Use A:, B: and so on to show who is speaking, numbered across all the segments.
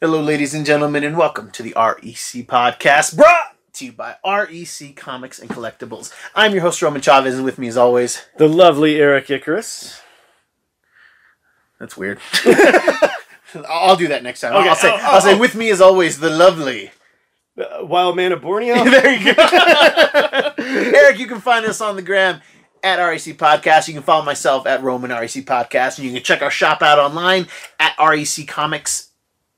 A: Hello, ladies and gentlemen, and welcome to the REC podcast brought to you by REC Comics and Collectibles. I'm your host, Roman Chavez, and with me, as always,
B: The lovely Eric Icarus.
A: that's weird. I'll I'll do that next time. I'll-
B: Okay.
A: I'll say,
B: Oh, oh,
A: I'll say,
B: oh.
A: with me, as always, the lovely.
B: Uh, Wild man of Borneo. Mm-hmm.
A: there you go. Eric, you can find us on the gram at REC Podcast. You can follow myself at Roman REC Podcast, and you can check our shop out online at REC Comics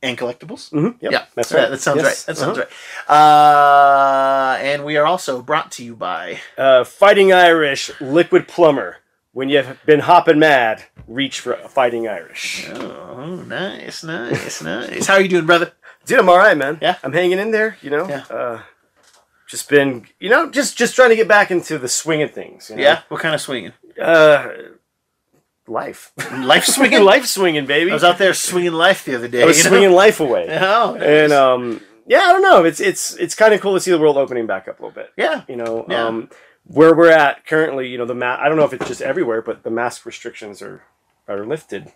A: and Collectibles.
B: Mhm, yep,
A: Yeah,
B: that's right.
A: That, that sounds
B: Yes, Uh-huh.
A: right. That sounds right. Uh, and we are also brought to you by.
B: Uh, Fighting Irish, Liquid Plumber. When you've been hopping mad, reach for Fighting Irish.
A: Oh, nice, nice, nice. How are you doing, brother?
B: Dude, I'm all right, man.
A: Yeah.
B: I'm hanging in there. You know.
A: Yeah.
B: Uh, just been, you know, just just trying to get back into the swing of things. you know?
A: Yeah. What kind of swinging?
B: Uh, life.
A: Life swinging.
B: life swinging, baby.
A: I was out there swinging life the other day.
B: I was
A: you know?
B: swinging life away.
A: Oh, nice.
B: And um, yeah, I don't know. It's it's it's kind of cool to see the world opening back up a little bit.
A: yeah.
B: you know
A: Yeah.
B: um, where we're at currently you know the ma- i don't know if it's just everywhere but the mask restrictions are are lifted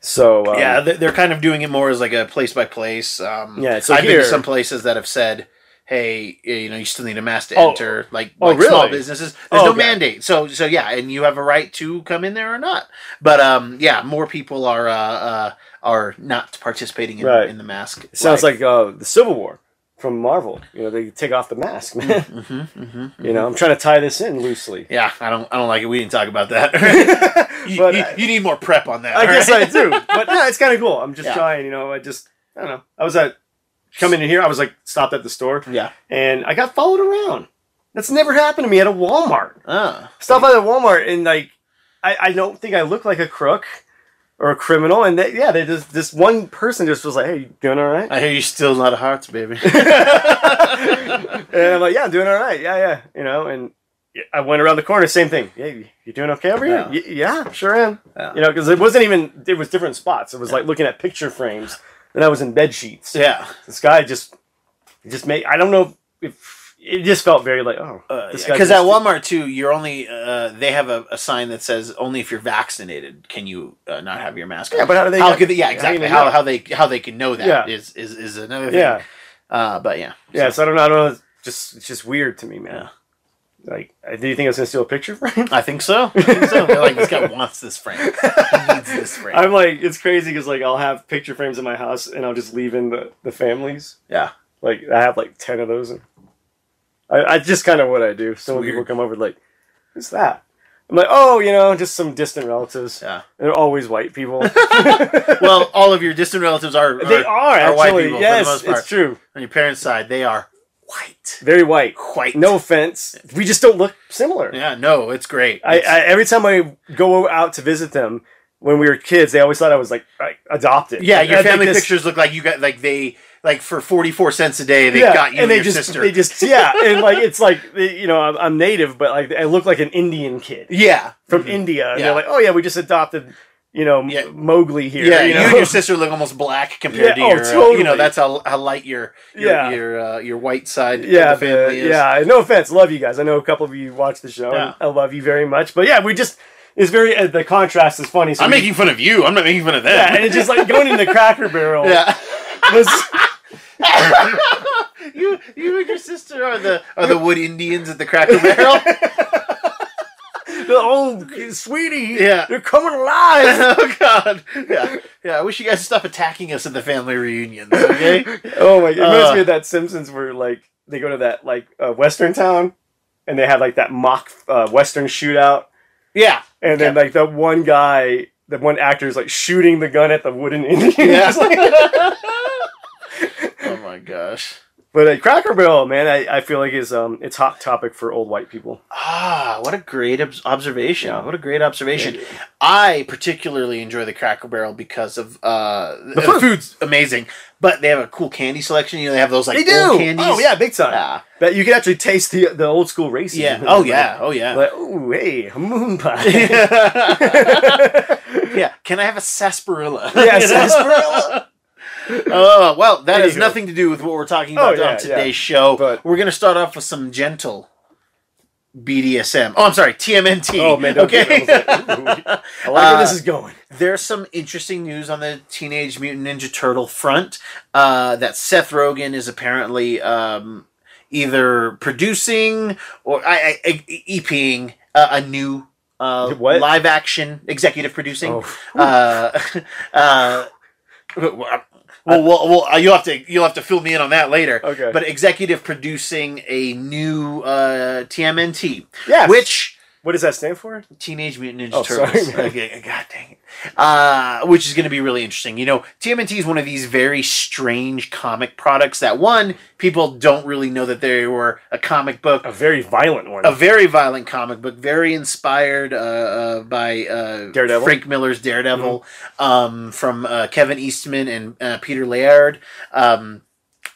B: so um,
A: yeah, they- they're kind of doing it more as like a place by place. Um,
B: Yeah, so
A: I've been
B: here-
A: to some places that have said, "Hey, eh, you know, you still need a mask to
B: Oh.
A: enter." Like,
B: Oh,
A: like small
B: really?
A: businesses, there's
B: Oh,
A: no
B: okay.
A: mandate. So, so yeah, and you have a right to come in there or not. But um, yeah, more people are uh, uh, are not participating in,
B: Right.
A: in the mask.
B: it sounds like uh, the civil war from marvel you know they take off the mask man
A: hmm hmm
B: you know i'm trying to tie this in loosely
A: Yeah, I don't, I don't like it. We didn't talk about that. you,
B: But
A: you-
B: I-
A: you need more prep on that.
B: i guess
A: alright?
B: i do but no it's kind of cool i'm just
A: Yeah.
B: trying you know i just i don't know i was at coming in here i was like stopped at the store
A: Yeah.
B: and i got followed around that's never happened to me at a walmart
A: Uh,
B: Stop by the Walmart and like I, I don't think I look like a crook or a criminal. And they, yeah, they just this one person just was like, "Hey, you doing all right?"
A: I hear you still a lot of hearts, baby.
B: and I'm like, "Yeah, I'm doing all right. Yeah, yeah." You know, and I went around the corner, same thing. Yeah, you, you doing okay over here?
A: Yeah.
B: Yeah, yeah sure am.
A: Yeah.
B: You know, because it wasn't even it was different spots. It was like looking at picture frames. Then I was in bed sheets.
A: yeah.
B: This guy just he just made. I don't know if it just felt very like oh this guy
A: because
B: just-
A: Uh, at Walmart too, you're only uh, they have a, a sign that says only if you're vaccinated can you uh, not have your mask. on.
B: Yeah, but how do they?
A: how
B: get-
A: could they, yeah
B: how do
A: exactly
B: they
A: how,
B: know?
A: how they how they can know that
B: Yeah.
A: is is is another thing.
B: yeah.
A: Uh, but yeah,
B: Yeah, so I don't know. I don't know. It's just it's just weird to me,
A: Yeah.
B: man. Like, I- do you think I was gonna steal a picture from him?
A: I think so. I think so. They're like this guy wants this frame. He needs this frame.
B: I'm like, it's crazy because like I'll have picture frames in my house and I'll just leave in the the families.
A: Yeah.
B: Like I have like ten of those. I, I just kind of what I do. So when
A: weird.
B: people come over, like, who's that? I'm like, oh, you know, just some distant relatives.
A: Yeah.
B: They're always white people.
A: well, all of your distant relatives are,
B: they are
A: are
B: actually.
A: white people for the
B: yes,
A: most part.
B: it's true.
A: on your parents' side. They are white,
B: Very white.
A: white.
B: No offense. We just don't look similar.
A: yeah, no, it's great.
B: I,
A: It's-
B: I every time I go out to visit them when we were kids, they always thought I was like like, adopted.
A: Yeah,
B: Like,
A: your
B: I'd make
A: family
B: this-
A: pictures look like you got like they like for forty four cents a day they
B: yeah,
A: got you and,
B: they
A: your
B: just,
A: sister.
B: They just yeah, and like it's like they, you know I'm, I'm native, but like I look like an Indian kid
A: yeah,
B: from India. And
A: Yeah.
B: They're like, oh yeah, we just adopted you know M-
A: Yeah.
B: Mowgli here.
A: yeah. You,
B: you know?
A: and your sister look almost black compared
B: Yeah,
A: to
B: oh,
A: your. uh, You know
B: totally.
A: that's how, how light your your
B: Yeah.
A: your, uh, your white side
B: yeah,
A: of the family
B: the-
A: is.
B: yeah. No offense, love you guys. I know a couple of you watch the show.
A: Yeah.
B: and I love you very much, but yeah, we just it's very uh, the contrast is funny. So
A: I'm
B: we-
A: making fun of you. I'm not making fun of them.
B: yeah, and it's just like going into the Cracker Barrel
A: Yeah.
B: was.
A: you you and your sister are the are the wood Indians at the Cracker Barrel.
B: oh, sweetie,
A: Yeah.
B: you're coming alive.
A: oh God. Yeah. Yeah. I wish you guys would stop attacking us at the family reunions. Okay.
B: oh my! It reminds
A: Uh.
B: me of that Simpsons where like they go to that like uh, Western town, and they have like that mock uh, Western shootout,
A: yeah.
B: and then like that one guy, the one actor is like shooting the gun at the wooden Indian.
A: Yeah.
B: Just like-
A: oh my gosh.
B: but uh, Cracker Barrel, man, I, I feel like is um it's hot topic for old white people.
A: Ah, what a great ob- observation!
B: Yeah.
A: What a great observation. I particularly enjoy the Cracker Barrel because of uh, the,
B: food.
A: food's amazing, but they have a cool candy selection. You know, they have those like old candies.
B: Oh yeah, big time.
A: yeah,
B: But you can actually taste the the old school racism.
A: yeah. Oh yeah, oh yeah.
B: Like, oh hey, a moon pie.
A: yeah. Can I have a sarsaparilla?
B: Yeah,
A: You know?
B: sarsaparilla.
A: oh well, that has
B: Anywho.
A: nothing to do with what we're talking
B: Oh,
A: about
B: yeah,
A: on today's
B: yeah.
A: show.
B: But-
A: we're gonna start off with some gentle BDSM. Oh, I'm sorry, TMNT.
B: Oh man, don't
A: okay.
B: get it. I was like, ooh, I like where
A: Uh,
B: this is going.
A: there's some interesting news on the Teenage Mutant Ninja Turtle front uh, that Seth Rogen is apparently um, either producing or I, I, I, EPing uh, a new uh,
B: What?
A: live action executive producing.
B: Oh.
A: Uh, uh, well, well, well, uh, you'll have to you'll have to fill me in on that later.
B: Okay.
A: But executive producing a new uh, TMNT,
B: Yes.
A: which
B: What does that stand for?
A: Teenage Mutant Ninja
B: Oh, sorry,
A: Turtles.
B: man.
A: okay, God dang it. Uh, which is going to be really interesting. You know, TMNT is one of these very strange comic products that, one, people don't really know that they were a comic book.
B: A very violent one.
A: A very violent comic book, very inspired uh, uh, by uh,
B: Daredevil. Mm-hmm.
A: Frank Miller's Daredevil um, from uh, Kevin Eastman and uh, Peter Laird. Um,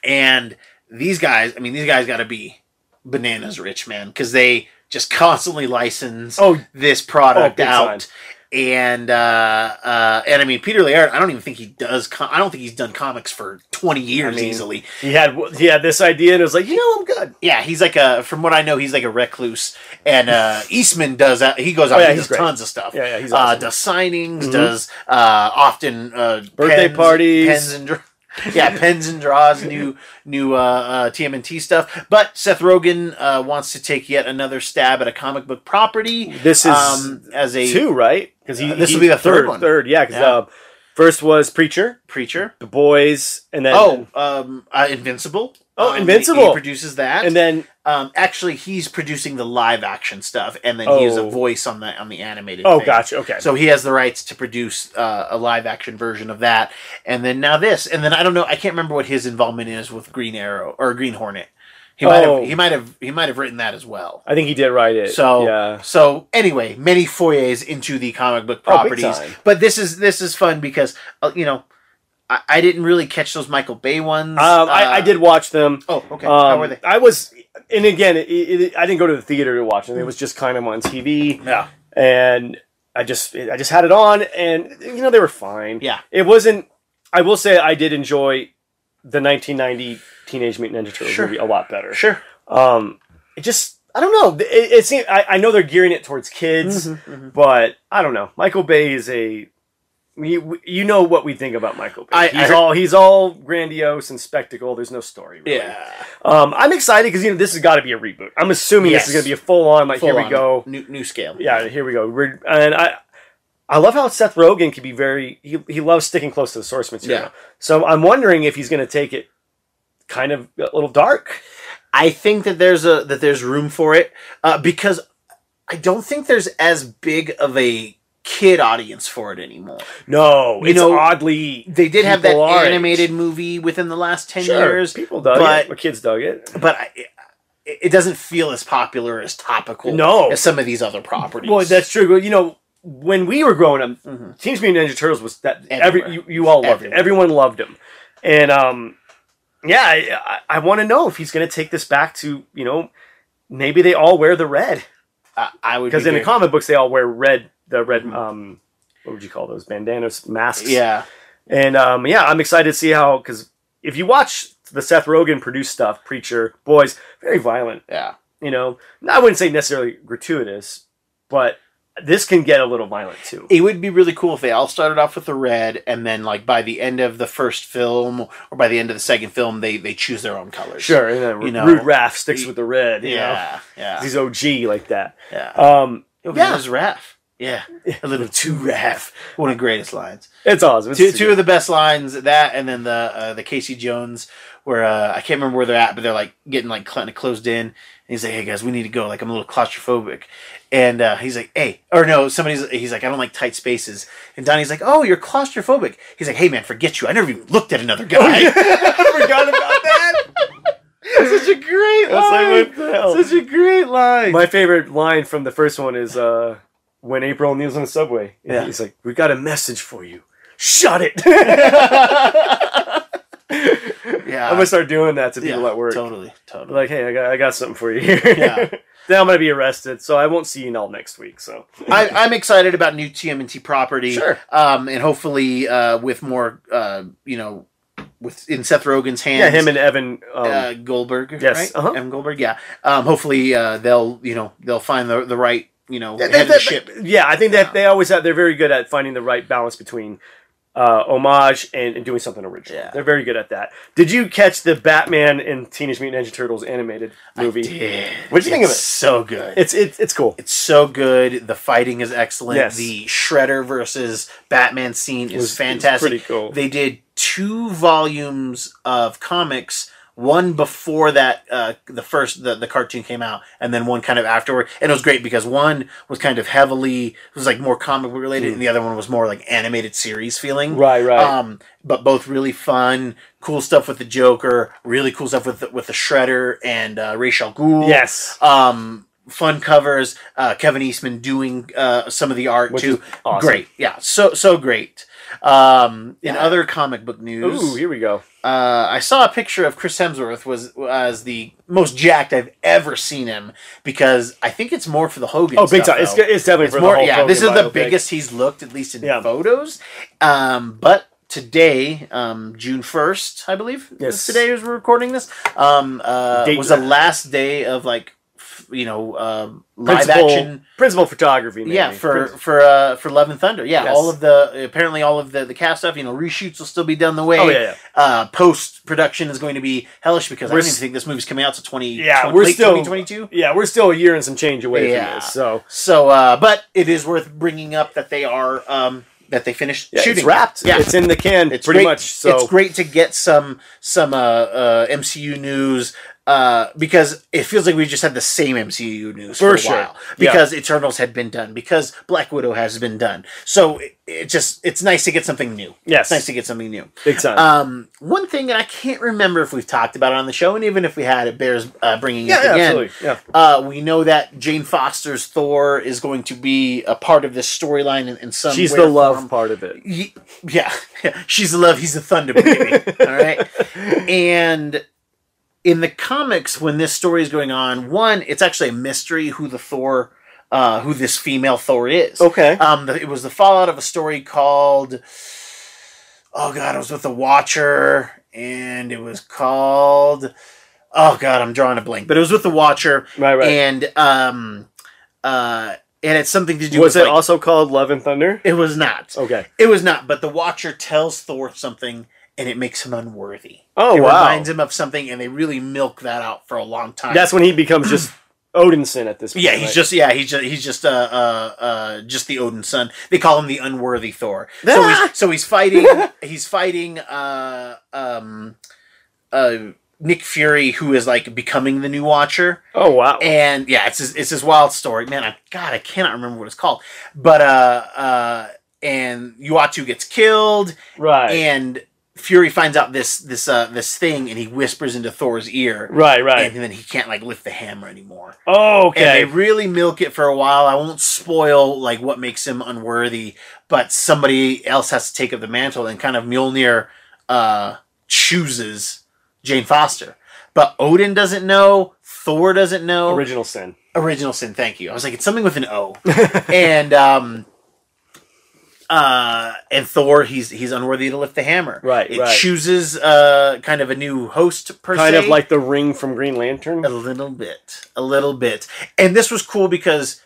A: and these guys, I mean, these guys got to be bananas rich, man, because they just constantly license
B: oh,
A: this
B: Oh,
A: product
B: big
A: out. And uh, uh, and I mean Peter Laird. I don't even think he does. Com- I don't think he's done comics for twenty years
B: mean-
A: easily.
B: he had he had this idea and it was like, you know, I'm good.
A: Yeah, he's like a. From what I know, he's like a recluse. And uh, Eastman does that. He goes out.
B: Oh, yeah,
A: he
B: he's
A: does
B: great.
A: tons of stuff.
B: Yeah, yeah, he's
A: uh,
B: awesome.
A: does signings.
B: Mhm.
A: Does uh, often uh,
B: Birthday
A: pens-
B: parties.
A: Pens and dr- yeah, pens and draws. New new uh, uh, TMNT stuff. But Seth Rogen uh, wants to take yet another stab at a comic book property.
B: This is
A: um, as a
B: two, right? Because he
A: Uh, this
B: he-
A: will be the third one.
B: Third, yeah. Because
A: Yeah.
B: uh, first was Preacher,
A: preacher.
B: The Boys, and then
A: Oh, um, uh, Invincible.
B: Oh,
A: Um,
B: Invincible.
A: He, he produces that,
B: and then
A: um, actually he's producing the live action stuff, and then he has a
B: Oh.
A: voice on the on the animated.
B: oh,
A: thing.
B: gotcha. Okay,
A: So he has the rights to produce uh, a live action version of that, and then now this, and then I don't know. I can't remember what his involvement is with Green Arrow or Green Hornet. He might
B: Oh.
A: have he might have he might have written that as well.
B: I think he did write it.
A: So
B: Uh, yeah,
A: so anyway, many foyers into the comic book
B: Oh, big
A: properties.
B: time.
A: but this is this is fun because uh, you know I, I didn't really catch those Michael Bay ones.
B: um, I, I
A: Uh,
B: did watch them.
A: Oh, okay.
B: Um,
A: How were they?
B: I was, and again, it, it, I didn't go to the theater to watch them.
A: Hmm.
B: It was just kind of on TV,
A: Yeah.
B: and I just, I just had it on, and you know, they were fine.
A: Yeah.
B: it wasn't. I will say, I did enjoy the 1990 Teenage Mutant Ninja Turtles
A: Sure.
B: movie a lot better.
A: Sure.
B: Um, it just, I don't know. It, it seems, I, I know they're gearing it towards kids,
A: Mm-hmm.
B: but I don't know. Michael Bay is a. You, you know what we think about Michael Bay.
A: I- I
B: he's
A: heard-
B: all he's all grandiose and spectacle. There's no story. Really.
A: Yeah.
B: Um, I'm excited because you know this has got to be a reboot. I'm assuming
A: Yes.
B: this is going to be a full on. Like here
A: Full
B: we
A: on.
B: go.
A: New new scale.
B: Yeah, here we go. We're, and I, I love how Seth Rogen can be very. He, he loves sticking close to the source material.
A: Yeah.
B: So I'm wondering if he's going to take it kind of a little dark.
A: I think that there's a that there's room for it uh, because I don't think there's as big of a kid audience for it anymore.
B: No,
A: You
B: it's
A: know,
B: oddly
A: They did have that
B: People our age.
A: animated movie within the last 10
B: sure,
A: years,
B: people dug
A: but-
B: it. My kids dug it.
A: but I, it, it doesn't feel as popular as topical
B: No.
A: as some of these other properties.
B: Well, that's true. Well, You know, when we were growing up,
A: Mhm.
B: Teenage Mutant Ninja Turtles was that
A: Everywhere.
B: every you, you all loved it.
A: Everywhere.
B: Everyone loved him, and um, yeah, I, I, I want to know if he's going to take this back to you know maybe they all wear the red
A: I, I would
B: because
A: be
B: in the
A: very-
B: comic books they all wear red the red
A: Mhm.
B: um what would you call those bandanas masks
A: yeah,
B: and um yeah I'm excited to see how because if you watch the Seth Rogen produced stuff Preacher Boys very violent
A: yeah.
B: you know I wouldn't say necessarily gratuitous but this can get a little violent too
A: it would be really cool if they all started off with the red and then like by the end of the first film or by the end of the second film they they choose their own colors
B: Sure, and then
A: You know,
B: Rude Raff sticks
A: he-
B: with the red. You yeah,
A: yeah yeah
B: he's OG like that.
A: yeah
B: Um,
A: yeah
B: Yeah.
A: was Raph. yeah a little too Raph. one of the greatest lines
B: it's awesome. It's
A: two two of the best lines that and then the uh, the Casey Jones where uh, I can't remember where they're at but they're like getting like kind of closed in and he's like hey guys we need to go like I'm a little claustrophobic and uh, he's like hey or no somebody's he's like I don't like tight spaces and Donnie's like oh you're claustrophobic he's like hey man forget you I never even looked at another
B: Oh,
A: guy
B: I forgot about that.
A: such a great
B: I was like, what the hell?
A: such a great line
B: My favorite line from the first one is uh, when April kneels on the subway. And
A: Yeah.
B: he's like, "We got a message for you. Shut it."
A: yeah
B: I'm gonna start doing that to people
A: yeah,
B: at work.
A: totally totally
B: Like, hey, I got, I got something for you here.
A: Yeah.
B: now I'm gonna be arrested, so I won't see you all next week. So
A: I, I'm excited about new TMNT property.
B: Sure.
A: Um, and hopefully uh, with more, uh, you know, with in Seth Rogen's hands.
B: Yeah, him and Evan. Um,
A: uh, Goldberg.
B: Yes,
A: right?
B: uh-huh.
A: M. Goldberg. Yeah. Um, hopefully, uh, they'll you know they'll find the the right you know
B: They-
A: head
B: they-
A: of the
B: they-
A: ship.
B: yeah, I think
A: Yeah.
B: that they always have, they're very good at finding the right balance between uh, homage and, and doing something original.
A: Yeah.
B: They're very good at that. Did you catch the Batman and Teenage Mutant Ninja Turtles animated movie?
A: Did.
B: What'd you think of
A: It's
B: it?
A: So good.
B: It's it's it's cool.
A: it's so good. The fighting is excellent.
B: Yes.
A: The Shredder versus Batman scene is
B: It was- it was
A: fantastic.
B: pretty cool.
A: They did two volumes of comics, one before that uh, the first the, the cartoon came out, and then one kind of afterward. And it was great because one was kind of heavily it was like more comic book related, and the other one was more like animated series feeling.
B: Hmm. Right, right.
A: Um, but both really fun, cool stuff with the Joker, really cool stuff with the, with the Shredder and uh, Rachel Ghoul
B: yes.
A: um fun covers uh kevin eastman doing uh some of the art
B: Which
A: too
B: is awesome.
A: great yeah so so great um in
B: Yeah.
A: other comic book news
B: Ooh, here we go.
A: uh i saw a picture of chris hemsworth was as the most jacked i've ever seen him because i think it's more for the hogan
B: Oh, big
A: stuff,
B: time! It's,
A: though.
B: good- it's definitely
A: It's
B: for
A: more
B: the Hulk
A: yeah this is
B: Hogan
A: the
B: biopic.
A: biggest he's looked at least in
B: Yeah.
A: photos um but today um june 1st i believe
B: Yes.
A: today as we're recording this um uh
B: Date-
A: was the last day of like f- you know um live
B: principal,
A: action
B: principal photography. Maybe.
A: yeah for
B: Prin-
A: for uh for love and thunder yeah
B: Yes.
A: all of the apparently all of the the cast stuff you know reshoots will still be done the way
B: oh yeah, yeah.
A: uh post production is going to be hellish because i
B: We're
A: don't even
B: s-
A: think this movie's coming out till 20
B: Yeah,
A: twen-
B: we're
A: late
B: still-
A: 2022
B: Yeah, we're still a year and some change away
A: Yeah.
B: from this. So
A: so uh but it is worth bringing up that they are um that they finished
B: yeah,
A: shooting
B: it's wrapped.
A: yeah
B: it's in the can.
A: It's
B: pretty
A: great-
B: much. So
A: it's great to get some some uh, uh, MCU news uh, because it feels like we just had the same MCU news for,
B: For
A: a
B: sure.
A: while
B: Yeah.
A: because Eternals had been done because Black Widow has been done. So it, it just it's nice to get something new.
B: Yes.
A: it's nice to get something new.
B: big time.
A: Um, one thing that I can't remember if we've talked about it on the show, and even if we had, it bears uh, bringing
B: yeah,
A: up
B: yeah,
A: again.
B: absolutely. Yeah.
A: Uh, we know that Jane Foster's Thor is going to be a part of this storyline in, in some.
B: She's
A: way or
B: the love
A: form.
B: part of it.
A: Ye- yeah, she's the love, he's the thunder baby. all right, and in the comics, when this story is going on, one, it's actually a mystery who the Thor, uh, who this female Thor is.
B: Okay.
A: Um, the, it was the fallout of a story called, oh god, it was with the Watcher, and it was called, oh god, I'm drawing a blank, but it was with the Watcher,
B: Right, right.
A: and um, uh, and it's something to do
B: was
A: with
B: it
A: like-
B: also Oh. called Love and Thunder?
A: It was not.
B: Okay.
A: It was not, but the Watcher tells Thor something and it makes him unworthy.
B: Oh
A: it
B: wow.
A: reminds him of something and they really milk that out for a long time.
B: That's when he becomes just Odinson at this point.
A: yeah, he's
B: right?
A: just yeah, he's just he's just uh uh uh just the Odin son. They call him the unworthy Thor. So
B: Ah!
A: he's so he's fighting he's fighting uh um uh Nick Fury who is like becoming the new Watcher.
B: Oh wow.
A: And yeah, it's his, it's his wild story, man. I, God, I cannot remember what it's called. But uh, uh, and Uatu gets killed,
B: right.
A: and Fury finds out this this uh this thing, and he whispers into Thor's ear,
B: right. Right.
A: and then he can't like lift the hammer anymore.
B: oh, okay.
A: And they really milk it for a while. I won't spoil like what makes him unworthy, but somebody else has to take up the mantle, and kind of Mjolnir uh, chooses Jane Foster, but Odin doesn't know. Thor doesn't know
B: Original sin.
A: original sin thank you i was like it's something with an o and um uh and thor he's he's unworthy to lift the hammer
B: Right,
A: it
B: right.
A: chooses uh kind of a new host per
B: Kind
A: se
B: of like the ring from Green Lantern.
A: a little bit a little bit and this was cool because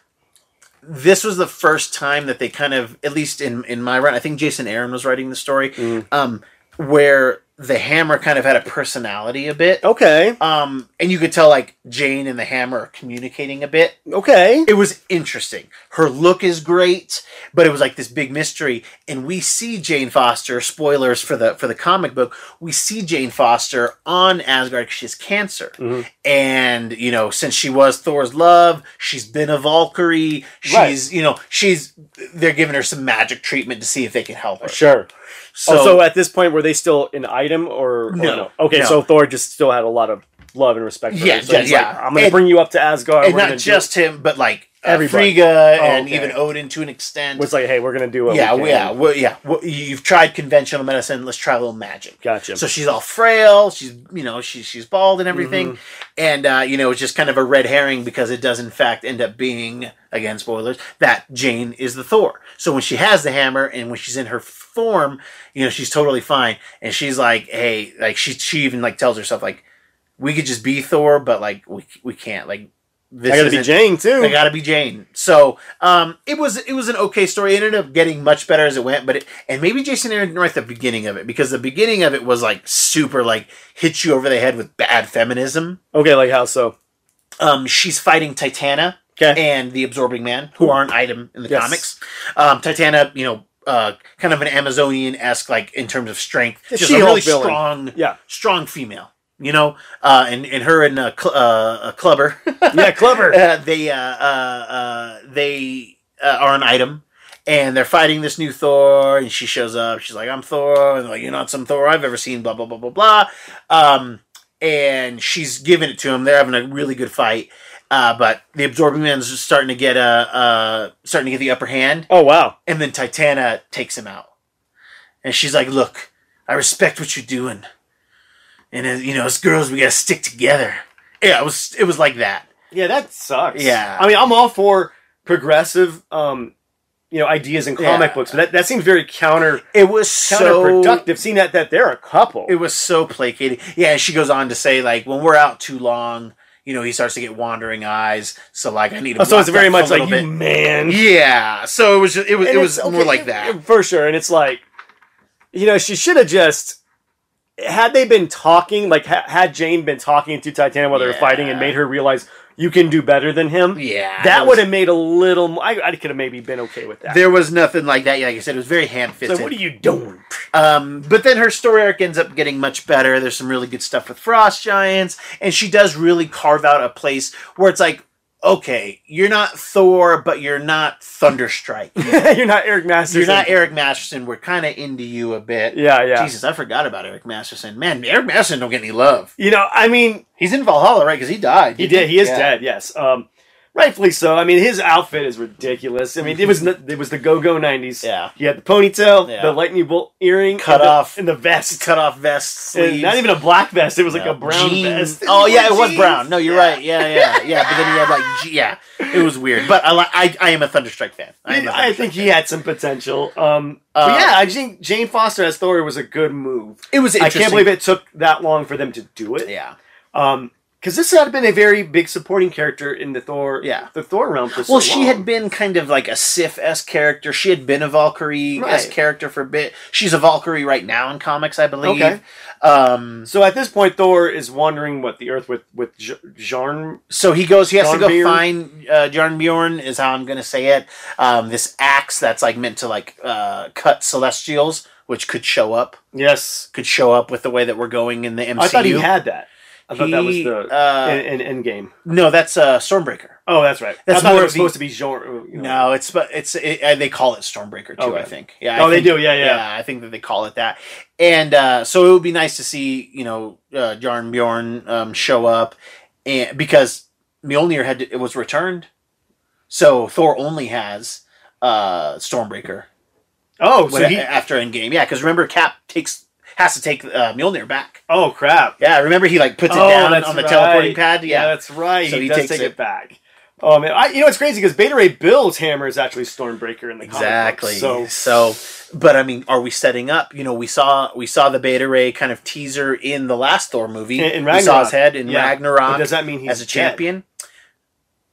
A: this was the first time that they kind of at least in in my run i think jason aaron was writing the story
B: Mm.
A: um where the hammer kind of had a personality a bit
B: Oh. Okay.
A: um and you could tell like jane and the hammer are communicating a bit
B: Okay.
A: it was interesting. Her look is great, but it was like this big mystery. And we see Jane Foster. Spoilers for the for the comic book. We see Jane Foster on Asgard. 'cause She has cancer,
B: Mhm.
A: and you know since she was Thor's love, she's been a Valkyrie. She's
B: Right.
A: you know she's they're giving her some magic treatment to see if they can help her.
B: Sure.
A: So,
B: uh, oh, so at this point, were they still an item or, or
A: No,
B: Okay,
A: no.
B: so Thor just still had a lot of love and respect. For
A: Yeah,
B: her. So he's
A: yeah,
B: like,
A: yeah.
B: I'm going to
A: And-
B: bring you up to Asgard.
A: and
B: we're gonna
A: not
B: do-
A: just him, but like uh,
B: Everybody. Oh,
A: Frigga and
B: okay.
A: even Odin to an extent.
B: was like, hey, we're going to do what
A: yeah,
B: we
A: we
B: can.
A: yeah, well, yeah. Well, you've tried conventional medicine. Let's try a little magic.
B: Gotcha.
A: So she's all frail. She's you know she's she's bald and everything,
B: Mm-hmm.
A: and uh, you know it's just kind of a red herring because it does in fact end up being again spoilers that Jane is the Thor. So when she has the hammer and when she's in her form, you know she's totally fine, and she's like, hey, like she she even like tells herself like, we could just be Thor, but like we we can't like. This
B: I got to be
A: isn't-
B: Jane too.
A: they gotta be Jane. So um, it was it was an okay story. It ended up getting much better as it went, but it, and maybe Jason Aaron didn't write the beginning of it because the beginning of it was like super like hit you over the head with bad feminism.
B: okay, like how so?
A: Um, she's fighting Titana
B: Okay.
A: and the Absorbing Man, who are an item in the
B: Yes.
A: comics. Um, Titana, you know, uh, kind of an Amazonian esque like in terms of strength,
B: The
A: just a
B: She-Hulk
A: really
B: villain.
A: strong,
B: Yeah.
A: strong female. You know, uh, and and her and uh, cl- uh, uh, Clubber.
B: yeah, clever.
A: Uh, they uh, uh, uh, they uh, are an item, and they're fighting this new Thor. And she shows up. She's like, "I'm Thor," and they're like, "You're not some Thor I've ever seen." Blah blah blah blah blah. Um, and she's giving it to him. They're having a really good fight. Uh, but the absorbing man's just starting to get uh, uh, starting to get the upper hand,
B: Oh wow.
A: and then Titana takes him out, and she's like, "Look, I respect what you're doing, and as, you know, as girls, we gotta stick together." Yeah, it was it was like that.
B: Yeah, that sucks.
A: Yeah.
B: I mean, I'm all for progressive, um, you know, ideas in comic
A: Yeah.
B: books, but that, that seems very counter
A: It was so
B: counterproductive. Seeing that that they're a couple.
A: it was so placating. Yeah, and she goes on to say like when we're out too long, you know, he starts to get wandering eyes. So like I need. to
B: Oh, so
A: block
B: it's very
A: that
B: much
A: for a
B: like you
A: little bit.
B: man.
A: Yeah, so it was just, it was
B: And
A: it
B: it's-
A: was more
B: okay,
A: like
B: it-
A: that.
B: for sure. And it's like, you know, she should have just had they been talking, like ha- had Jane been talking to Titana while they were
A: Yeah.
B: fighting and made her realize you can do better than him.
A: yeah,
B: That
A: it
B: would
A: was-
B: have made a little. mo- I, I could have maybe been okay with that.
A: There was nothing like that. Yeah, like I said, it was very ham
B: So
A: fisted.
B: what are you doing?
A: Um, but then her story arc ends up getting much better. There's some really good stuff with Frost Giants, and she does really carve out a place where it's like, okay, you're not Thor, but you're not Thunderstrike.
B: You're not Eric Masters.
A: You're not Eric Masterson. We're kind of into you a bit.
B: Yeah, yeah.
A: Jesus, I forgot about Eric Masterson. Man, Eric Masterson don't get any love.
B: You know, I mean,
A: He's in Valhalla, right? Because he died.
B: he did. He is
A: Yeah.
B: dead. Yes. Um, rightfully so. I mean, his outfit is ridiculous. I mean, it was n- it was the go go nineties.
A: Yeah.
B: He had the ponytail,
A: Yeah.
B: the lightning bolt earring,
A: Cut
B: and the-
A: off.
B: and the vest.
A: Cut off vest, sleeves.
B: And not even a black vest. It was like
A: No.
B: a brown
A: Jean-
B: vest.
A: Oh
B: He
A: yeah, it
B: wore
A: was
B: jeans.
A: brown. No, you're right. Yeah, yeah, yeah. But then he had like, G- yeah, it was weird. But I, li- I, I am a Thunderstrike fan. I, am a
B: I,
A: Thunderstrike
B: think
A: fan.
B: he had some potential. Um,
A: Uh,
B: but yeah, I think Jane Foster as Thor was a good move.
A: it was.
B: I
A: Interesting.
B: can't believe it took that long for them to do it.
A: Yeah.
B: Um, because this had been a very big supporting character in the Thor,
A: Yeah.
B: the Thor realm. For so
A: Well, she
B: long.
A: had been kind of like a Sif s character. She had been a Valkyrie s
B: Right.
A: character for a bit. She's a Valkyrie right now in comics, I believe.
B: Okay.
A: Um,
B: So at this point, Thor is wandering what the Earth with with J- Jarn.
A: so he goes. He has to go
B: Jarnbjorn?
A: find uh, Jarnbjorn. Is how I'm going to say it. Um, this axe that's like meant to like uh, cut Celestials, which could show up.
B: Yes,
A: Could show up with the way that we're going in the MCU.
B: I thought he had that. I thought that was
A: He,
B: the
A: uh,
B: in, in Endgame.
A: No, that's uh, Stormbreaker.
B: Oh, that's right.
A: that's
B: I thought
A: more
B: it
A: of
B: was
A: the-
B: supposed to be Jarn. you know.
A: No, it's but it's it, uh, they call it Stormbreaker too.
B: Oh. Okay.
A: I think. Yeah.
B: Oh,
A: I
B: they
A: think-
B: do. Yeah, yeah.
A: I think that they call it that. And uh, so it would be nice to see you know uh, Jarn Bjorn um, show up, and because Mjolnir had to, it was returned, so Thor only has uh, Stormbreaker
B: Oh, so
A: when-
B: he.
A: after Endgame. Yeah, because remember Cap takes has to take uh, Mjolnir back.
B: Oh crap.
A: Yeah, remember he like puts it down on the teleporting pad.
B: Oh, Yeah,
A: Yeah.
B: that's right.
A: So
B: he,
A: he
B: does
A: takes
B: take it,
A: it.
B: back. Oh man, I, you know it's crazy because Beta Ray Bill's hammer is actually Stormbreaker in the comic book,
A: Exactly.
B: So
A: So, but I mean, are we setting up? You know, we saw we saw the Beta Ray kind of teaser in the last Thor movie.
B: In- in
A: we saw
B: Ragnarok.
A: his head in
B: Yeah. but
A: Ragnarok
B: does that mean he's
A: as a
B: dead?
A: champion.